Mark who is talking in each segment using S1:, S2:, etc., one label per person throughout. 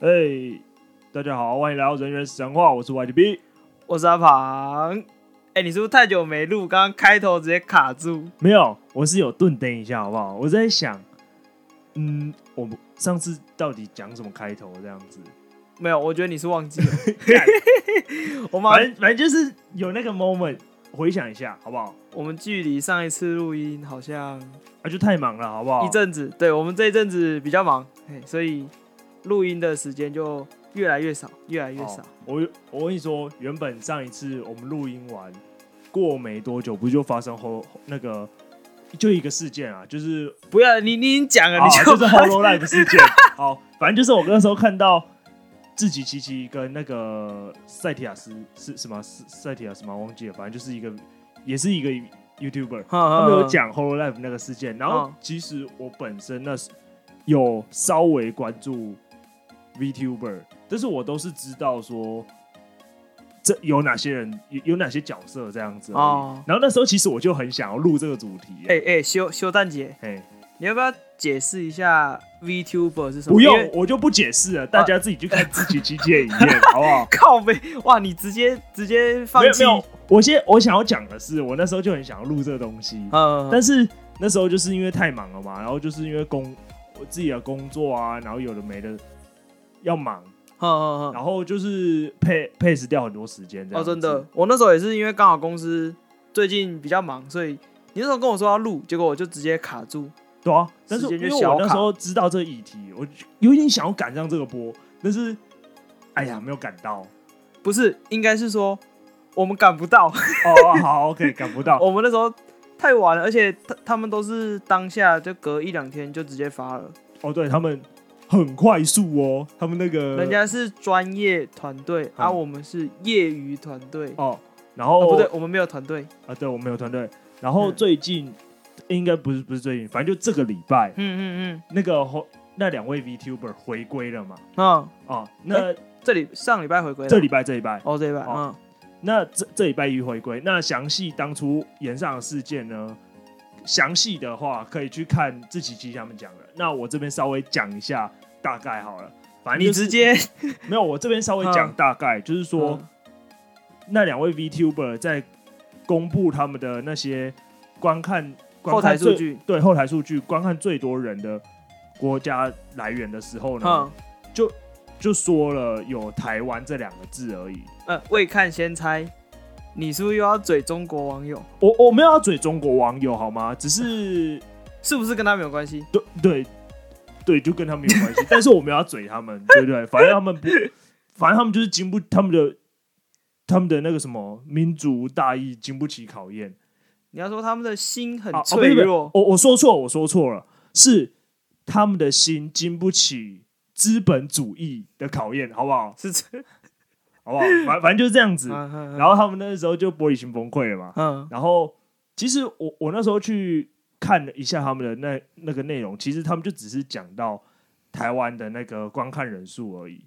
S1: 哎、大家好，欢迎来到人猿神话，我是 YTB。
S2: 我是阿庞。哎、你是不是太久没录？刚刚开头直接卡住。
S1: 没有，我是有顿灯一下，好不好？我在想，嗯，我们上次到底讲什么开头这样子？
S2: 没有，我觉得你是 忘记了。我
S1: 反
S2: 们
S1: 正反正就是有那个 moment，回想一下，好不好？
S2: 我们距离上一次录音好像
S1: 啊，就太忙了，好不好？
S2: 一阵子，对我们这一阵子比较忙，嘿所以录音的时间就越来越少，越来越
S1: 哦
S2: 少。
S1: 我我跟你说，原本上一次我们录音完，过没多久，不就发生后那个就一个事件啊，就是
S2: 不要，你你已经讲了，
S1: 啊
S2: 你就、
S1: 就是 Hollow Life 事件。 好，反正就是我那时候看到自己琪琪跟那个赛提亚斯是什么是赛提亚斯吗？忘记了，反正就是一个也是一个 YouTuber，他
S2: 他
S1: 们有，讲 Hollow Life 那个事件。然后
S2: 嗯
S1: 其实我本身那时有稍微关注 VTuber，但是我都是知道说。这有哪些人有有哪些角色这样子而已
S2: 哦
S1: 然后那时候其实我就很想要录这个主题，
S2: 哎哎、修修蛋姐，
S1: 哎，
S2: 你要不要解释一下 VTuber 是什么？
S1: 不
S2: 因
S1: 用，
S2: 为啊
S1: 我就不解释了，大家自己去看自己奇迹 的影片，好不好？
S2: 靠背，哇，你直接直接放
S1: 没有
S2: 弃
S1: 没。有，我先我想要讲的是，我那时候就很想要录这个东西，
S2: 嗯，
S1: 但是那时候就是因为太忙了嘛，然后就是因为工我自己的工作啊，然后有的没的要忙，
S2: 嗯嗯嗯，
S1: 然后就是配配死掉很多时间这样
S2: 哦，
S1: 子。
S2: 真的，我那时候也是因为刚好公司最近比较忙，所以你那时候跟我说要录，结果我就直接卡住。
S1: 对啊，但是
S2: 时
S1: 因
S2: 间就
S1: 为
S2: 小
S1: 我那
S2: 卡
S1: 时候知道这个议题，我就有点想要赶上这个波，但是哎呀没有赶到。
S2: 不是，应该是说我们赶不到，
S1: 哦，哦好，OK，赶不到。
S2: 我们那时候太晚了，而且他他们都是当下就隔一两天就直接发了，
S1: 哦，对他们很快速哦，他们那个
S2: 人家是专业团队，
S1: 嗯
S2: 而、我们是业余团队。
S1: 哦，然
S2: 哦
S1: 后、
S2: 不对，我们没有团队。
S1: 啊，对我们有团队，然后
S2: 嗯
S1: 最近、应该不是不是最近，反正就这个礼拜
S2: 嗯嗯
S1: 那个吼那两位 VTuber 回归了嘛，
S2: 嗯，嗯，
S1: 哦，那、
S2: 这里上礼拜回归了，
S1: 这礼拜这礼拜，
S2: 哦这礼拜，嗯
S1: 哦那这这礼拜一回归，那详细当初延上的事件呢？详细的话可以去看自己机他们讲的，那我这边稍微讲一下大概好了。反正、
S2: 你
S1: 就是、
S2: 直接啊
S1: 没有，我这边稍微讲
S2: 嗯
S1: 大概，就是说、那两位 VTuber 在公布他们的那些观看观看
S2: 后台数
S1: 最
S2: 据，
S1: 对后台数据观看最多人的国家来源的时候呢，
S2: 嗯
S1: 就说了有台湾这两个字而已。
S2: 呃，未看先猜，你是不是又要嘴中国网友？
S1: 我我没有要嘴中国网友好吗？只是
S2: 是不是跟他们有关系？
S1: 对对对，就跟他们有关系， 但是我没有要嘴他们，对不对？反正他们不，反正他们就是经不他们的他们的那个什么民族大义经不起考验。
S2: 你要说他们的心很
S1: 啊哦不
S2: 脆
S1: 是不是
S2: 弱，
S1: 我我说错，我说错了，是他们的心经不起资本主义的考验，好不好？
S2: 是这， 啊
S1: 好不好？反反正就是这样子。
S2: 然
S1: 然后他们那时候就玻璃心崩溃了嘛。
S2: 嗯
S1: 然后其实我我那时候去看了一下他们的那那个内容，其实他们就只是讲到台湾的那个观看人数而已，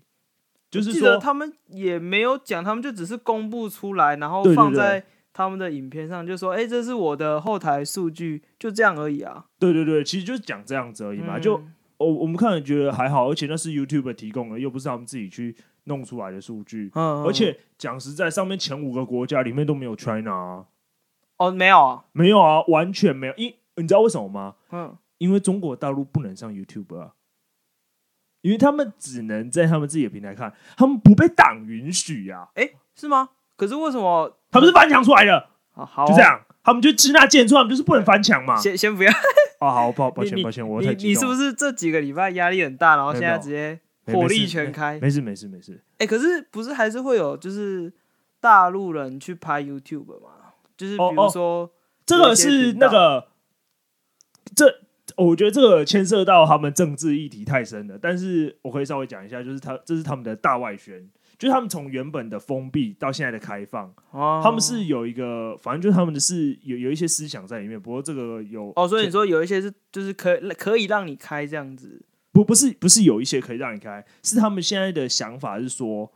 S1: 就是
S2: 记得
S1: 说
S2: 他们也没有讲，他们就只是公布出来，然后
S1: 对对
S2: 放
S1: 对
S2: 在他们的影片上，就说哎、这是我的后台数据，就这样而已啊。
S1: 对对对，其实就是讲这样子而已嘛。
S2: 嗯
S1: 就我哦我们看了觉得还好，而且那是 YouTube 提供的，又不是他们自己去弄出来的数据。
S2: 嗯，
S1: 而且讲实在，上面前五个国家里面都没有 China，、啊、
S2: 哦没有啊，
S1: 没有啊，完全没有。因你知道为什么吗？
S2: 嗯，
S1: 因为中国大陆不能上 YouTube 啊，因为他们只能在他们自己的平台看，他们不被党允许啊，
S2: 是吗？可是为什么？
S1: 他们是翻墙出来的，
S2: 好好哦
S1: 就这，样，他们就支那建说他们就是不能翻墙嘛。
S2: 先先不要，
S1: 啊，好，抱抱歉
S2: 你
S1: 抱歉，我
S2: 你
S1: 太
S2: 你
S1: 激
S2: 是
S1: 动
S2: 不
S1: 了，
S2: 是这几个礼拜压力很大，然后
S1: 没有
S2: 现在直接
S1: 没没
S2: 火
S1: 事
S2: 力全开？
S1: 没事没事没事，
S2: 哎、可是不是还是会有就是大陆人去拍 YouTube 嘛？就是比
S1: 哦
S2: 如
S1: 哦
S2: 说，
S1: 这个是那个这。我觉得这个牵涉到他们政治议题太深了，但是我可以稍微讲一下，就是他这是他们的大外宣，就是他们从原本的封闭到现在的开放，
S2: 哦
S1: 他们是有一个，反正就是他们的是有有一些思想在里面。不过这个有
S2: 哦，所以你说有一些是就是可可以让你开这样子，
S1: 不不是不是有一些可以让你开，是他们现在的想法是说，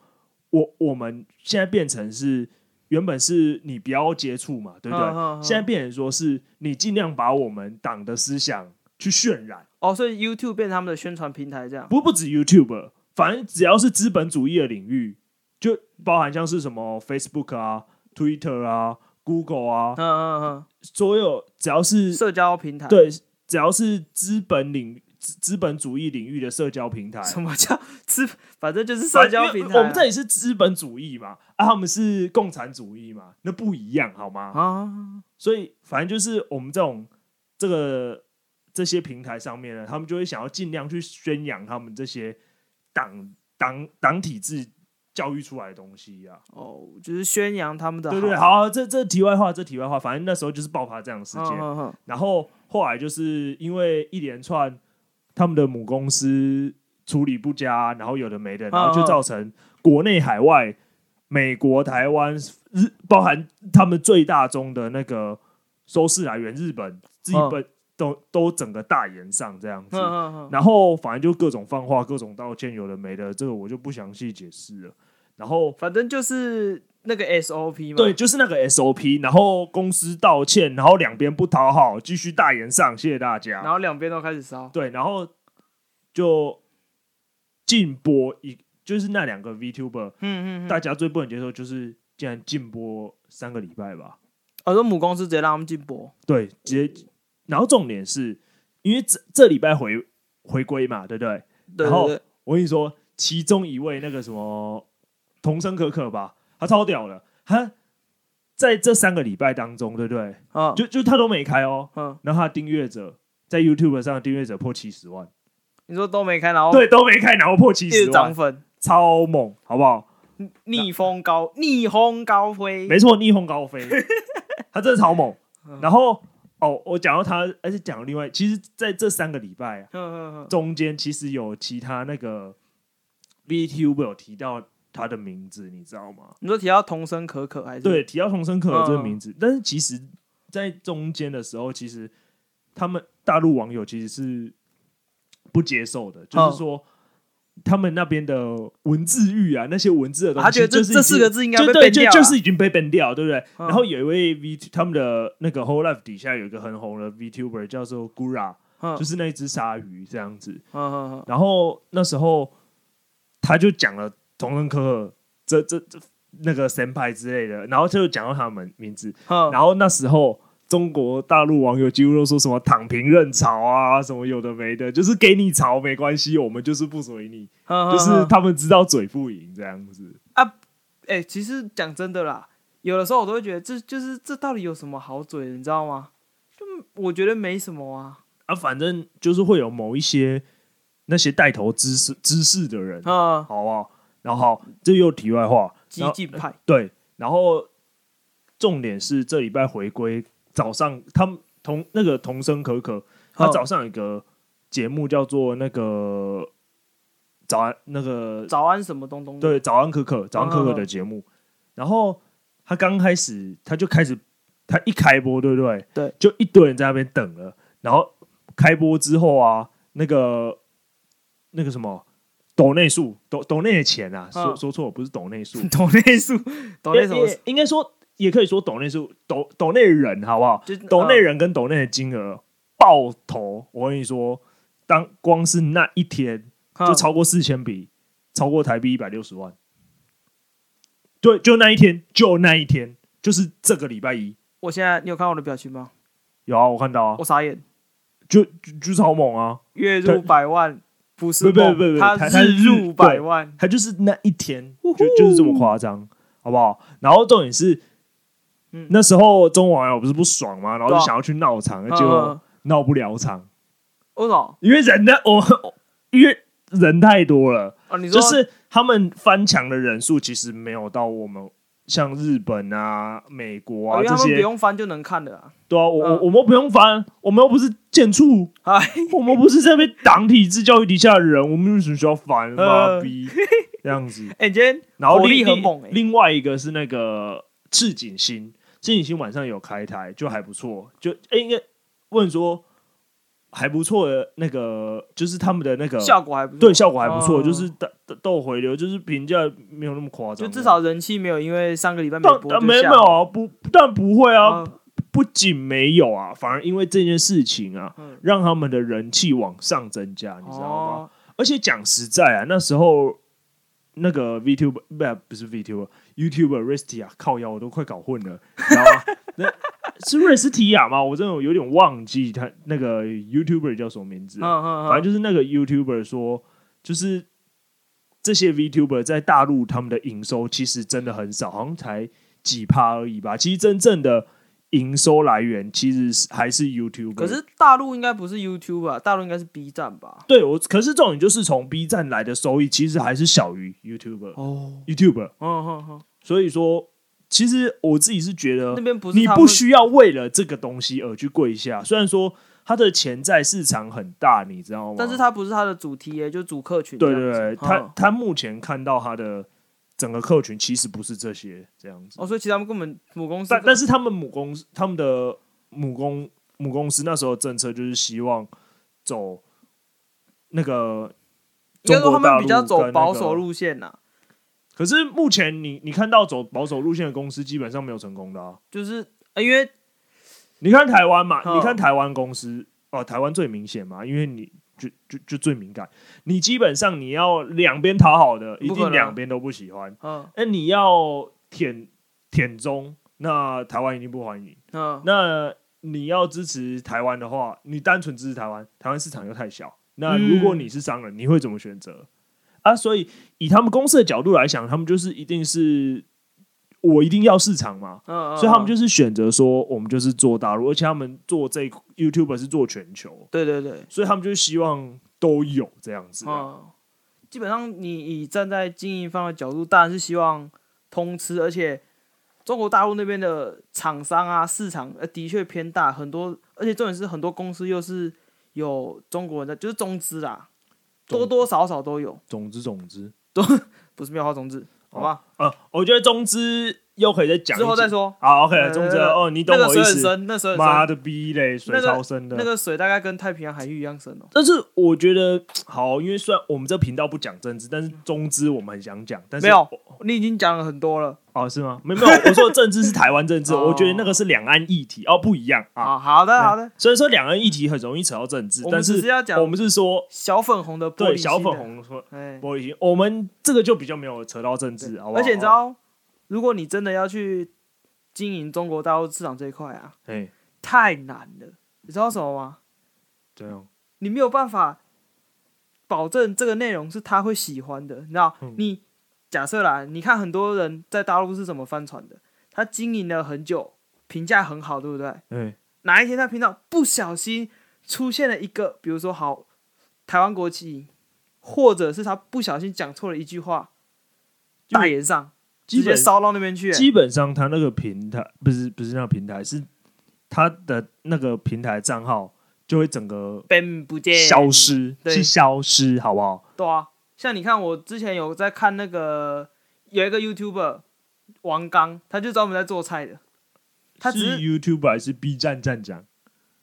S1: 我我们现在变成是原本是你不要接触嘛，对不对？
S2: 对
S1: 现在变成说是你尽量把我们党的思想去渲染，
S2: 哦，所以 YouTube 变成他们的宣传平台这样。
S1: 不不止 YouTube，反正只要是资本主义的领域，就包含像是什么 Facebook 啊、Twitter 啊、Google 啊，
S2: 嗯嗯
S1: 所有只要
S2: 嗯，
S1: 是
S2: 社交平台，，
S1: 对，只要是资本领资资本主义领域的社交平台，
S2: 什么叫资？反正就是社交平台啊。
S1: 我们这里是资本主义嘛，啊，他们是共产主义嘛，那不一样好吗？
S2: 啊，
S1: 所以反正就是我们这种这个这些平台上面呢，他们就会想要尽量去宣扬他们这些党党党体制教育出来的东西啊，
S2: 哦，就是宣扬他们的
S1: 对不对？
S2: 好，
S1: 好、这这题外话，这题外话，反正那时候就是爆发这样的事
S2: 嗯
S1: 件，
S2: 嗯嗯，
S1: 然后后来就是因为一连串他们的母公司处理不佳，然后有的没的，
S2: 嗯
S1: 然后就造成国内海外、美国、台湾、日，包含他们最大宗的那个收视来源日本、日本、都都整个大延上这样子。
S2: 嗯嗯嗯，
S1: 然后反正就各种放话、各种道歉，有的没的，这个我就不详细解释了。然后
S2: 反正就是那个 SOP 嘛。
S1: 对，，就是那个 SOP，然后公司道歉，然后两边不讨好，继续大延上，谢谢大家。
S2: 然后两边都开始烧。
S1: 对，然后就禁播一，就是那两个 VTuber，、
S2: 嗯嗯嗯。
S1: 大家最不能接受就是竟然禁播三个礼拜吧？
S2: 我哦说母公司直接让他们进博。
S1: 对，直接。然后重点是因为这这礼拜回回归嘛，对不对？
S2: 对
S1: 然后
S2: 对对，
S1: 我跟你说，其中一位那个什么童声可可吧，他超屌了，他在这三个礼拜当中，对不对？
S2: 啊，
S1: 就就他都没开哦，
S2: 嗯，
S1: 然后他的订阅者在 YouTube 上的订阅者破七十万，
S2: 你说都没开，然后
S1: 对，都没开，然后破七
S2: 哦一
S1: 十
S2: 直
S1: 万
S2: 涨，粉，
S1: 超猛，好不好？
S2: 逆风高，逆风高 飞。
S1: 没错，逆风高 飞，他真的超猛
S2: 嗯。
S1: 然后哦，我讲到他，而且讲到另外，其实在这三个礼拜啊，
S2: 嗯嗯嗯
S1: 中间其实有其他那个 VTuber 有提到他的名字，你知道吗？
S2: 你说提到童声可可还是？
S1: 对，提到童声可可这个
S2: 嗯
S1: 名字，但是其实，在中间的时候，其实他们大陆网友其实是不接受的，
S2: 嗯
S1: 就是说。他们那边的文字狱啊，那些文字的东西，
S2: 他觉得这
S1: 就是已
S2: 这
S1: 经
S2: 四个字应该
S1: 就
S2: 被
S1: 对，
S2: ban
S1: 就
S2: 掉啊
S1: 就是已经被 ban 掉，对不对？
S2: 嗯
S1: 然后有一位 V 他们的那个 Whole Life 底下有一个很红的 VTuber 叫做 Gura，
S2: 嗯
S1: 就是那一只鲨鱼这样子。
S2: 嗯嗯嗯
S1: 然后那时候他就讲了同人可可这这这那个神派之类的，然后就讲到他们名字。
S2: 嗯，
S1: 然后那时候中国大陆网友几乎都说什么“躺平认潮”啊，什么有的没的，就是给你潮没关系，我们就是不随你，
S2: 后
S1: 就是他们知道嘴不赢这样子。
S2: 嗯哎、其实讲真的啦，有的时候我都会觉得这就是这到底有什么好嘴的，你知道吗？就我觉得没什么啊，
S1: 啊，反正就是会有某一些那些带头知识知识的人，
S2: 嗯，
S1: 好不好？然后好，这又题外话，
S2: 激
S1: 然后
S2: 进派，
S1: 对，然后重点是这礼拜回归早上，他们同那个童声可可，他
S2: 嗯
S1: 早上有一个节目叫做那个早安那个
S2: 早安什么东东的，
S1: 对早安可可早安可可
S2: 嗯嗯
S1: 的
S2: 嗯
S1: 节目，然后他刚开始他就开始他一开播对不对？
S2: 对，
S1: 就一堆人在那边等了，然后开播之后啊，那个那个什么。抖内数，抖抖内的钱啊，说
S2: 嗯
S1: 说错，不是抖内数，
S2: 抖内数，抖内什么
S1: 也也应该说也可以说抖内数抖抖内人好不好？
S2: 就嗯
S1: 抖内人跟抖内的金额爆头，我跟你说，当光是那一天
S2: 嗯
S1: 就超过四千笔，超过台币一百六十万。对，就那一天，就那一天，就是这个礼拜一
S2: 我现在你有看我的表情吗？
S1: 有啊，我看到啊，
S2: 我傻眼，
S1: 就就就超猛啊！
S2: 月入百万不是
S1: 不不
S2: 梦
S1: 不不
S2: 他
S1: 他他
S2: 日
S1: 日
S2: 入百万，
S1: 他就是那一天，
S2: 呜
S1: 就
S2: 呼
S1: 就是这么夸张，好不好？然后重点是，
S2: 嗯
S1: 那时候中国网友不是不爽吗？然后就
S2: 对啊
S1: 想要去闹场，
S2: 嗯
S1: 结果
S2: 嗯
S1: 闹不了场，
S2: 我懂
S1: 因为人呢，我因为人太多了，
S2: 哦，你说
S1: 就是他们翻墙的人数其实没有到我们像日本啊、美国
S2: 哦
S1: 啊这
S2: 因为他们不
S1: 些，
S2: 用翻就能看的啊，
S1: 对啊，我我
S2: 嗯
S1: 我们又不用翻，我们又不是建筑，
S2: 哎，
S1: 我们不是在被党体制教育底下的人，我们为什么需要翻？妈
S2: 呃
S1: 逼，这样子。
S2: 哎，你今天
S1: 然后
S2: 火
S1: 另
S2: 力很猛欸
S1: 另另外一个是那个赤井星，赤井星晚上有开台，就还不错。就哎、应该问说还不错的那个，就是他们的那个
S2: 效果还不错，
S1: 嗯对效果还不错，
S2: 哦
S1: 就是豆豆豆回流，就是评价没有那么夸张，
S2: 就至少人气没有因为上个礼拜没
S1: 但
S2: 播
S1: 但
S2: 就
S1: 没
S2: 下
S1: 有啊，不但不会啊，
S2: 嗯
S1: 不仅没有啊，反而因为这件事情啊，
S2: 嗯
S1: 让他们的人气往上增加，你知道吗？
S2: 哦，
S1: 而且讲实在啊，那时候那个 VTuber 不、不是 VTuber，YouTuber Restia 靠腰我都快搞混了，你知道吗？那 是瑞斯提亚吗？我真的有点忘记他那个 YouTuber 叫什么名字啊
S2: 嗯，嗯
S1: 反正
S2: 嗯，
S1: 就是那个 YouTuber 说，就是这些 VTuber 在大陆他们的营收其实真的很少，好像才几趴而已吧。其实真正的营收来源其实是还是 YouTuber。
S2: 可是大陆应该不是 YouTube 吧？大陆应该是 B 站吧？
S1: 对我，可是重点就是从 B 站来的收益其实还是小于 YouTuber、
S2: 哦，
S1: YouTuber。
S2: 嗯嗯嗯，
S1: 所以说，其实我自己是觉得
S2: 那边不是
S1: 你
S2: 他
S1: 不
S2: 们
S1: 需要为了这个东西而去跪下。虽然说它的潜在市场很大，你知道吗？
S2: 但是它不是它的主题耶，就主客群这
S1: 啊对
S2: 样子。
S1: 对对，他
S2: 嗯
S1: 他目前看到他的整个客群其实不是这些这样子，
S2: 哦，所以其实他们根本母公司
S1: 但但是他们母公司他们的母公母公司那时候的政策就是希望走那个
S2: 应
S1: 中
S2: 该说
S1: 国
S2: 他
S1: 大
S2: 们
S1: 陆
S2: 比较走
S1: 跟
S2: 保
S1: 那
S2: 守
S1: 个。
S2: 路线呐、
S1: 可是目前你你看到走保守路线的公司基本上没有成功的、啊，
S2: 就是、呃因为
S1: 你看台湾嘛，
S2: 嗯
S1: 你看台湾公司哦，台湾最明显嘛，因为你就就就最敏感，你基本上你要两边讨好的，一
S2: 不可
S1: 定
S2: 能
S1: 两边都不喜欢。
S2: 嗯
S1: 那哎你要舔舔中，那台湾一定不欢迎。
S2: 嗯，
S1: 那你要支持台湾的话，你单纯支持台湾，台湾市场又太小。那
S2: 嗯
S1: 如果你是商人，你会怎么选择啊？所以以他们公司的角度来想，他们就是一定是我一定要市场嘛，
S2: 嗯，
S1: 所以他们就是是选择说，我们就是做大陆，而且他们做这 YouTube 是做全球，
S2: 对对对，
S1: 所以他们就希望都有这样子啊、
S2: 嗯，基本上你以站在经营方的角度，当然是希望通吃，而且中国大陆那边的厂商啊，市场呃的确偏大，很多，而且重点是很多公司又是有中国人在，就是中资啦，
S1: 中
S2: 多多少少都有，
S1: 总之，总之，
S2: 不是妙花中资，好吧，
S1: 呃，我觉得中资又可以再讲一
S2: 之后再
S1: 集
S2: 说。
S1: 好，OK，
S2: 对
S1: 中之
S2: 对对
S1: 哦，你懂
S2: 哎那个
S1: 我
S2: 水
S1: 意
S2: 很
S1: 思。
S2: 深，那水很
S1: 妈
S2: 深，
S1: 的逼嘞，水
S2: 那个
S1: 超深的。
S2: 那个水大概跟太平洋海域一样深哦。
S1: 但是我觉得好，因为虽然我们这频道不讲政治，但是中资我们很想讲。但是
S2: 没有你已经讲了很多了，
S1: 哦，是吗？没有没有，我说的政治是台湾政治，
S2: 哦
S1: 我觉得那个是两岸议题哦，不一样啊。
S2: 好好的好的，
S1: 虽然说两岸议题很容易扯到政治
S2: 我，们
S1: 但
S2: 只是要讲
S1: 我们是说
S2: 小粉红的玻璃
S1: 对
S2: 心
S1: 小
S2: 的
S1: 粉，红说
S2: 哎，
S1: 玻璃心，我们这个就比较没有扯到政治，好不好？哦
S2: 而且你知，道，如果你真的要去经营中国大陆市场这一块啊，
S1: 哎，
S2: 太难了。你知道什么吗？
S1: 这样
S2: 你没有办法保证这个内容是他会喜欢的。你知道，
S1: 嗯
S2: 你假设啦，你看很多人在大陆是怎么翻船的，他经营了很久，评价很好，对不对？
S1: 哎，
S2: 哪一天他频道不小心出现了一个，比如说好台湾国旗，或者是他不小心讲错了一句话，
S1: 就
S2: 大言上直
S1: 基
S2: 接
S1: 本
S2: 烧到那边去、
S1: 基本上他那个平台不是不是那个平台，是他的那个平台账号就会整个
S2: 本不见
S1: 消。失，
S2: 对
S1: 是消失，好不好？
S2: 对啊，像你看，我之前有在看那个有一个 YouTuber 王刚，他就专门在做菜的。他只是
S1: 是 YouTube 还是 B 站站长？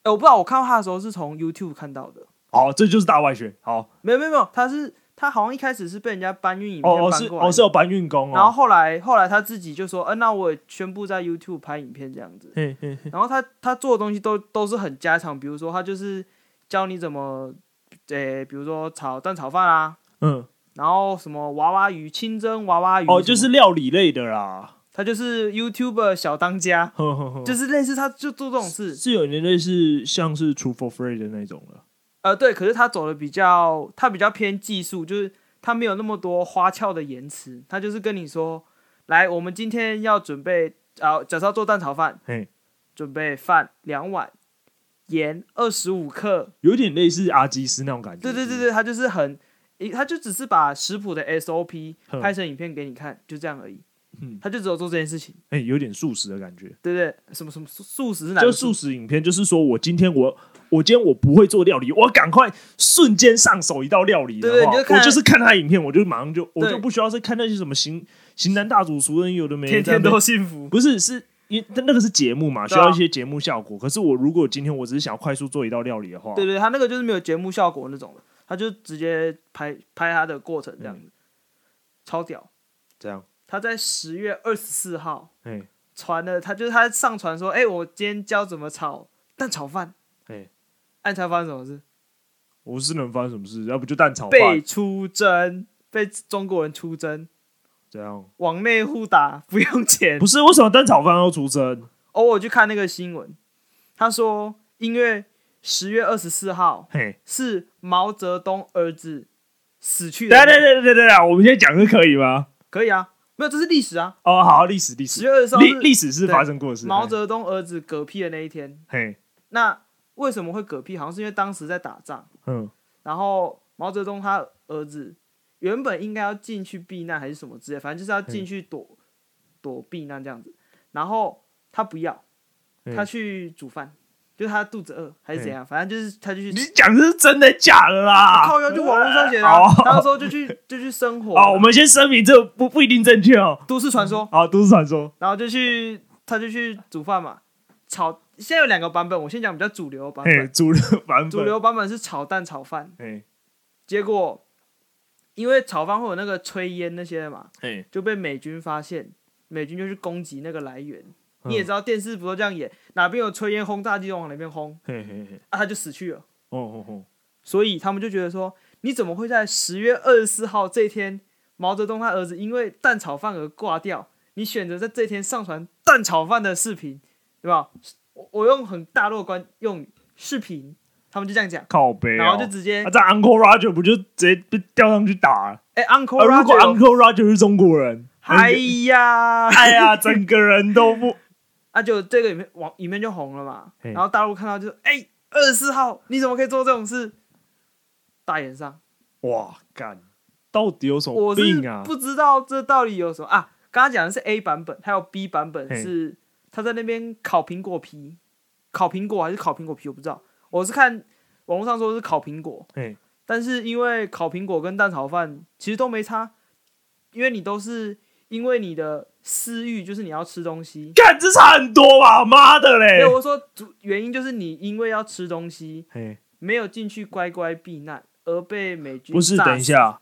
S2: 哎、我不知道，我看到他的时候是从 YouTube 看到的。
S1: 好，哦这就是大外宣。好，
S2: 没有没有没有，他是他好像一开始是被人家搬运影
S1: 哦
S2: 片
S1: 哦
S2: 搬
S1: 是
S2: 过来的，
S1: 哦是有搬运工哦，
S2: 然后后来后来他自己就说，嗯、那我也宣布在 YouTube 拍影片这样子。
S1: 嘿嘿嘿
S2: 然后他他做的东西都都是很家常，比如说他就是教你怎么，呃、比如说炒蛋炒饭啊，
S1: 嗯
S2: 然后什么娃娃鱼、清蒸娃娃鱼什么，
S1: 哦就是料理类的啦，
S2: 他就是 YouTuber 小当家，
S1: 呵呵呵，
S2: 就是是类似他就做这种事，
S1: 是有点类似像是 True for Free 的那种了。
S2: 呃，对，可是他走的比较，他比较偏技术，就是他没有那么多花俏的言辞，他就是跟你说，来，我们今天要准备啊、假设要做蛋炒饭，
S1: 嘿，
S2: 准备饭两碗，盐二十五克，
S1: 有点类似阿基斯那种感觉。
S2: 对对对
S1: 是
S2: 对，他就是很，一他就只是把食谱的 SOP
S1: 不是，
S2: 拍
S1: 哎、
S2: 成影片给你看，就这样而已，
S1: 嗯
S2: 他就只有做这件事情，
S1: 嘿有点素食的感觉。
S2: 对不对？什么什么素素食是哪
S1: 就
S2: 个
S1: 素食影片，就是说我今天我我今天我不会做料理，我赶快瞬间上手一道料理的
S2: 对对
S1: 话
S2: 你就看
S1: 我就是看他影片，我就马上就我
S2: 对
S1: 就不需要再看那些什么型型男大主厨人有的没的
S2: 天
S1: 在
S2: 天
S1: 那边
S2: 都幸福，
S1: 不是是。因但那个是节目嘛，需
S2: 对啊
S1: 要一些节目效果。可是我如果今天我只是想要快速做一道料理的话，
S2: 对对，他那个就是没有节目效果那种的，他就直接拍拍他的过程这样子，
S1: 嗯
S2: 超屌。
S1: 这样，
S2: 他在十月二十四号
S1: 哎
S2: 传了，他就是他上传说，哎、我今天教怎么炒蛋炒饭，
S1: 哎，
S2: 按才发生什么事？
S1: 我是能发生什么事？要不就蛋炒
S2: 被
S1: 饭
S2: 出征，被中国人出征，
S1: 这样？
S2: 往内互打不用钱
S1: 不。是为什么蛋炒饭要出征？
S2: 偶尔去看那个新闻，他说因为十月二十四号
S1: 嘿，
S2: 是毛泽东儿子死去的
S1: 对啊
S2: 日子，
S1: 对对对对对，我们先讲是可以吗？
S2: 可以啊，没有这是历史啊，
S1: 哦，好，历史历
S2: 十
S1: 史
S2: 月二十四号
S1: 历
S2: 是
S1: 历史是哎发生过的事。
S2: 毛泽东儿子嗝屁的那一天。
S1: 嘿，
S2: 那为什么会嗝屁？好像是因为当时在打仗，
S1: 嗯，
S2: 然后毛泽东他儿子原本应该要进去避难还是什么之类，反正就是要进去躲躲避难这样子，然后他不要，
S1: 嗯
S2: 他去煮饭，就是他肚子饿还是怎样，反正就是他就去
S1: 你讲的是真的假的啦？
S2: 靠腰就网络上写的、
S1: 哦
S2: 啊，他那时候就去就去生活，啊
S1: 哦，我们先声明，这不不一定正确哦。
S2: 都市传说，
S1: 好，都市传说，
S2: 然后就去他就去煮饭嘛，炒。现在有两个版本，我先讲比较主流的版
S1: 嘿，
S2: 本，
S1: 主流版本，
S2: 主，流版本是炒蛋炒饭，
S1: 嘿，
S2: 结果因为炒饭会有那个炊烟那些的嘛，
S1: 嘿，
S2: 就被美军发现，美军就去攻击那个来源。你也知道电视不都这样演，哪边有炊烟轰炸机就往哪边轰，
S1: 嘿嘿嘿，
S2: 啊，他就死去了。
S1: 哦哦哦，
S2: 所以他们就觉得说，你怎么会在十月二十四号这一天，毛泽东他儿子因为蛋炒饭而挂掉？你选择在这一天上传蛋炒饭的视频，对吧？我我用很大陆的观用语视频，他们就这样讲，
S1: 靠背哦，
S2: 然后就直接
S1: 啊，这 Uncle Roger 不就直接被吊上去打了？
S2: 哎、u n c l
S1: 啊，
S2: e
S1: 如果
S2: Roger，
S1: Uncle Roger 是中国人，
S2: 哎呀，
S1: 哎呀，整个人都不，
S2: 啊，就这个影片网影片就红了嘛，
S1: 嘿
S2: 然后大陆看到就哎，二十四号你怎么可以做这种事？大眼上，
S1: 哇，干，到底有什么
S2: 我是
S1: 病啊？
S2: 不知道这到底有什么啊。刚刚讲的是 A 版本，还有 B 版本
S1: 嘿
S2: 是他在那边烤苹果皮，烤苹果还是烤苹果皮我不知道，我是看网络上说是烤苹果，
S1: 嘿，
S2: 但是因为烤苹果跟蛋炒饭其实都没差，因为你都是因为你的私欲，就是你要吃东西。
S1: 干，这差很多吧？妈的
S2: 没
S1: 嘞
S2: 有，！我说主原因就是你因为要吃东西，
S1: 嘿，
S2: 没有进去乖乖避难，而被美军
S1: 不是，
S2: 炸死
S1: 等一，下，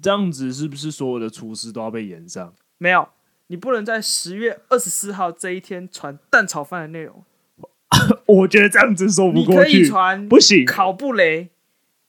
S1: 这样子是不是所有的厨师都要被延上？
S2: 没有，你不能在十月二十四号这一天传蛋炒饭的内容，
S1: 我觉得这样子说不
S2: 你
S1: 过
S2: 可以
S1: 去，
S2: 传
S1: 不行，
S2: 烤布雷、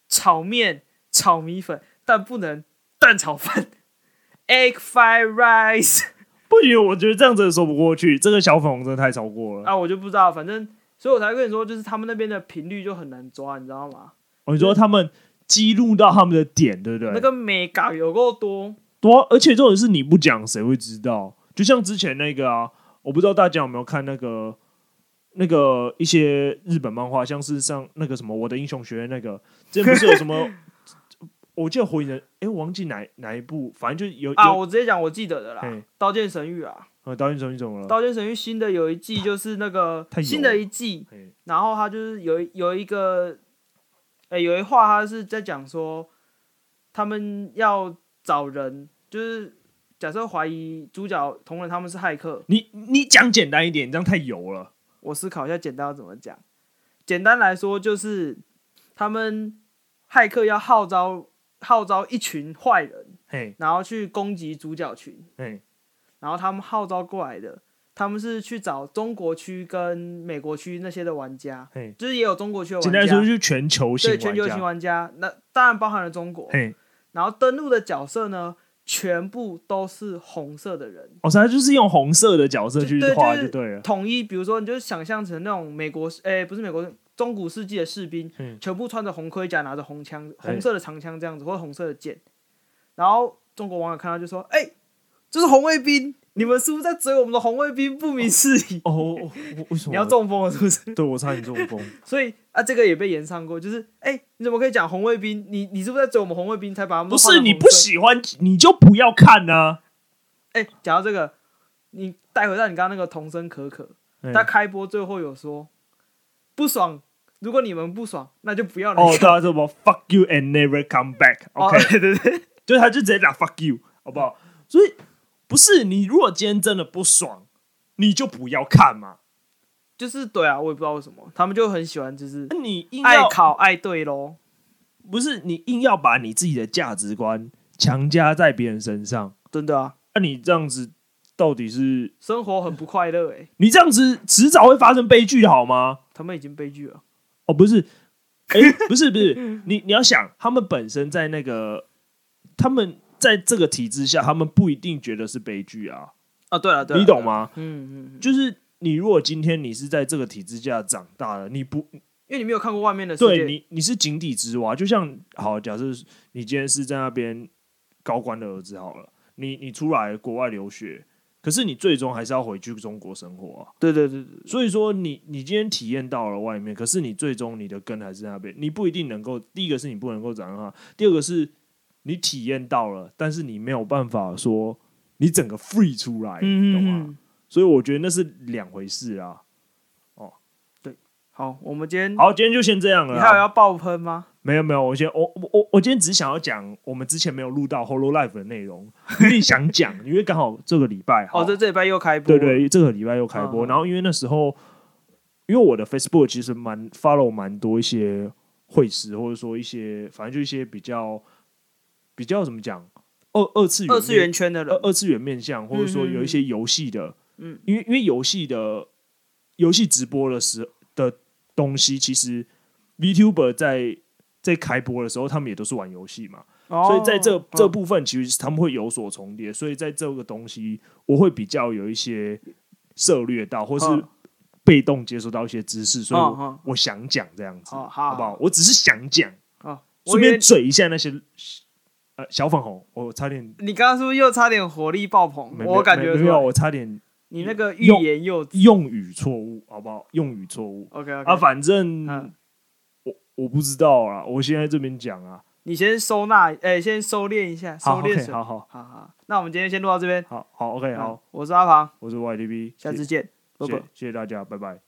S2: 炒面、炒米粉，但不能蛋炒饭 （egg fried rice）
S1: 不行，我觉得这样子说不过去，这个小粉红真的太超过了。
S2: 啊，我就不知道，反正，所以我才跟你说，就是他们那边的频率就很难抓，你知道吗？
S1: 哦，你说他们激怒到他们的点，对不对？
S2: 啊那个美感有够多，
S1: 对啊、而且这种事你不讲，谁会知道？就像之前那个啊，我不知道大家有没有看那个那个一些日本漫画，像是像那个什么《我的英雄学院》那个，之前不是有什 么？我记得火影人，哎、我忘记哪哪一部，反正就有
S2: 啊！
S1: 有，
S2: 我直接讲我记得的啦，
S1: 嘿
S2: 《刀剑神域》啊，
S1: 呃，导演怎么怎么
S2: 《
S1: 了？
S2: 刀剑神域》新的有一季就是那个
S1: 太油了
S2: 新的一季，
S1: 嘿
S2: 然后他就是有一有一个，哎、有一话他是在讲说，他们要找人，就是假设怀疑主角同仁他们是骇客，
S1: 你你讲简单一点，你这样太油了。
S2: 我思考一下简单要怎么讲。简单来说就是，他们骇客要号召号召一群坏人，
S1: 嘿，
S2: 然后去攻击主角群，
S1: 嘿，
S2: 然后他们号召过来的，他们是去找中国区跟美国区那些的玩家，
S1: 嘿，
S2: 就是也有中国区的玩
S1: 简
S2: 家，
S1: 单来说就是全球性
S2: 对
S1: 玩家。
S2: 全球型玩家，那当然包含了中国。
S1: 嘿，
S2: 然后登录的角色呢，全部都是红色的人，
S1: 哦，所以他就是用红色的角色去
S2: 就对
S1: 画
S2: 就是
S1: 就对了。
S2: 统一，比如说你就想象成那种美国，诶、不是美国，中古世纪的士兵，
S1: 嗯
S2: 全部穿着红盔甲，拿着红枪，
S1: 哎
S2: 红色的长枪这样子，或者红色的剑。然后中国网友看到就说：“哎、这是红卫兵，你们是不是在追我们的红卫兵？不明事理，
S1: 哦，我我我为什么
S2: 你要
S1: 我
S2: 中风了是 不是？”
S1: 对我差点中风。
S2: 所以啊，这个也被延上过，就是哎、你怎么可以讲红卫兵？你你是不是在追我们红卫兵才把他 们
S1: 不
S2: 都画成
S1: 是你
S2: 红
S1: 不
S2: 色
S1: 喜欢，你就不要看啊呐、
S2: 哎、讲到这个，你带回到你刚刚那个童声可可，
S1: 嗯
S2: 他开播最后有说不爽，如果你们不爽，那就不要来
S1: 哦，
S2: 看。
S1: 对啊，什么 fuck you and never come back，OK，、
S2: 哦， 对对对，
S1: 就是他就直接打 fuck you，好不好？所以不是你，如果今天真的不爽，你就不要看嘛。
S2: 就是对啊，我也不知道为什么，他们就很喜欢，就是
S1: 那你硬
S2: 爱
S1: 要
S2: 考爱对咯。
S1: 不是你硬要把你自己的价值观强加在别人身上，
S2: 真的啊，
S1: 那、你这样子到底是
S2: 生活很不快乐哎、
S1: 你这样子迟早会发生悲剧，好吗？
S2: 他们已经悲剧了。
S1: 哦，不是，哎、不是不是，你你要想，他们本身在那个，他们在这个体制下，他们不一定觉得是悲剧啊，
S2: 啊，对了，对了，
S1: 你懂吗？
S2: 对了？嗯嗯，嗯
S1: 就是你如果今天你是在这个体制下长大的，你不
S2: 因为你没有看过外面的世
S1: 对
S2: 界，
S1: 你你是井底之蛙，就像好，假设你今天是在那边高官的儿子好了，你你出来国外留学，可是你最终还是要回去中国生活啊。
S2: 对对对对，
S1: 所以说你，你今天体验到了外面，可是你最终你的根还是在那边，你不一定能够。第一个是你不能够掌握它，第二个是你体验到了，但是你没有办法说你整个 free 出来，
S2: 嗯
S1: 懂
S2: 嗯
S1: 吗？
S2: 嗯，
S1: 所以我觉得那是两回事啊。
S2: 好，我们今天
S1: 好，今天就先这样了
S2: 你还有
S1: 啊。
S2: 要爆喷吗？
S1: 没有没有，我先我我我我今天只是想要讲我们之前没有录到《Holo Life》的内 容，有点想讲，因为刚好这个礼拜
S2: 哦，
S1: 好
S2: 这这礼拜又开
S1: 对，
S2: 播，
S1: 对，这个礼拜又开播。
S2: 嗯嗯
S1: 然后因为那时候，因为我的 Facebook 其实蛮 follow 蛮多一些会师，或者说一些反正就一些比较比较怎么讲二二次元
S2: 二次元圈的
S1: 面
S2: 人，
S1: 二二次元面向，或者说
S2: 嗯嗯
S1: 有一些游戏的，
S2: 嗯，
S1: 因为因为游戏的游戏直播的时的东西，其实 VTuber 在在开播的时候，他们也都是玩游戏嘛。所以在这
S2: 哦
S1: 这部分，其实他们会有所重叠，所以在这个东西，我会比较有一些涉略到，或是
S2: 嗯
S1: 被动接收到一些知识，所以
S2: 嗯嗯
S1: 我我想讲这样子，
S2: 哦好
S1: 好不好？我只是想讲，
S2: 哦，我
S1: 顺
S2: 以为
S1: 便嘴一下那些呃小粉红，我差点
S2: 你刚刚是不是又差点火力爆棚？
S1: 没
S2: 我
S1: 没
S2: 感觉
S1: 没
S2: 出
S1: 有，
S2: 来
S1: 我差点
S2: 你那个欲
S1: 用
S2: 言又止。
S1: 用语错误，好不好？用语错误
S2: OK OK，
S1: 啊，反正
S2: 嗯
S1: 我我不知道啊，我先在这边讲啊，
S2: 你先收纳，哎，先收敛一下，收
S1: 好
S2: 敛
S1: ，OK，
S2: 水。
S1: 好好
S2: 好好，那我们今天先录到这边。
S1: 好好，OK，
S2: 嗯
S1: 好，，
S2: 我是阿庞，
S1: 我是 YDB，
S2: 下
S1: 谢
S2: 次见，不
S1: 谢
S2: 不
S1: 谢。谢大家，拜拜。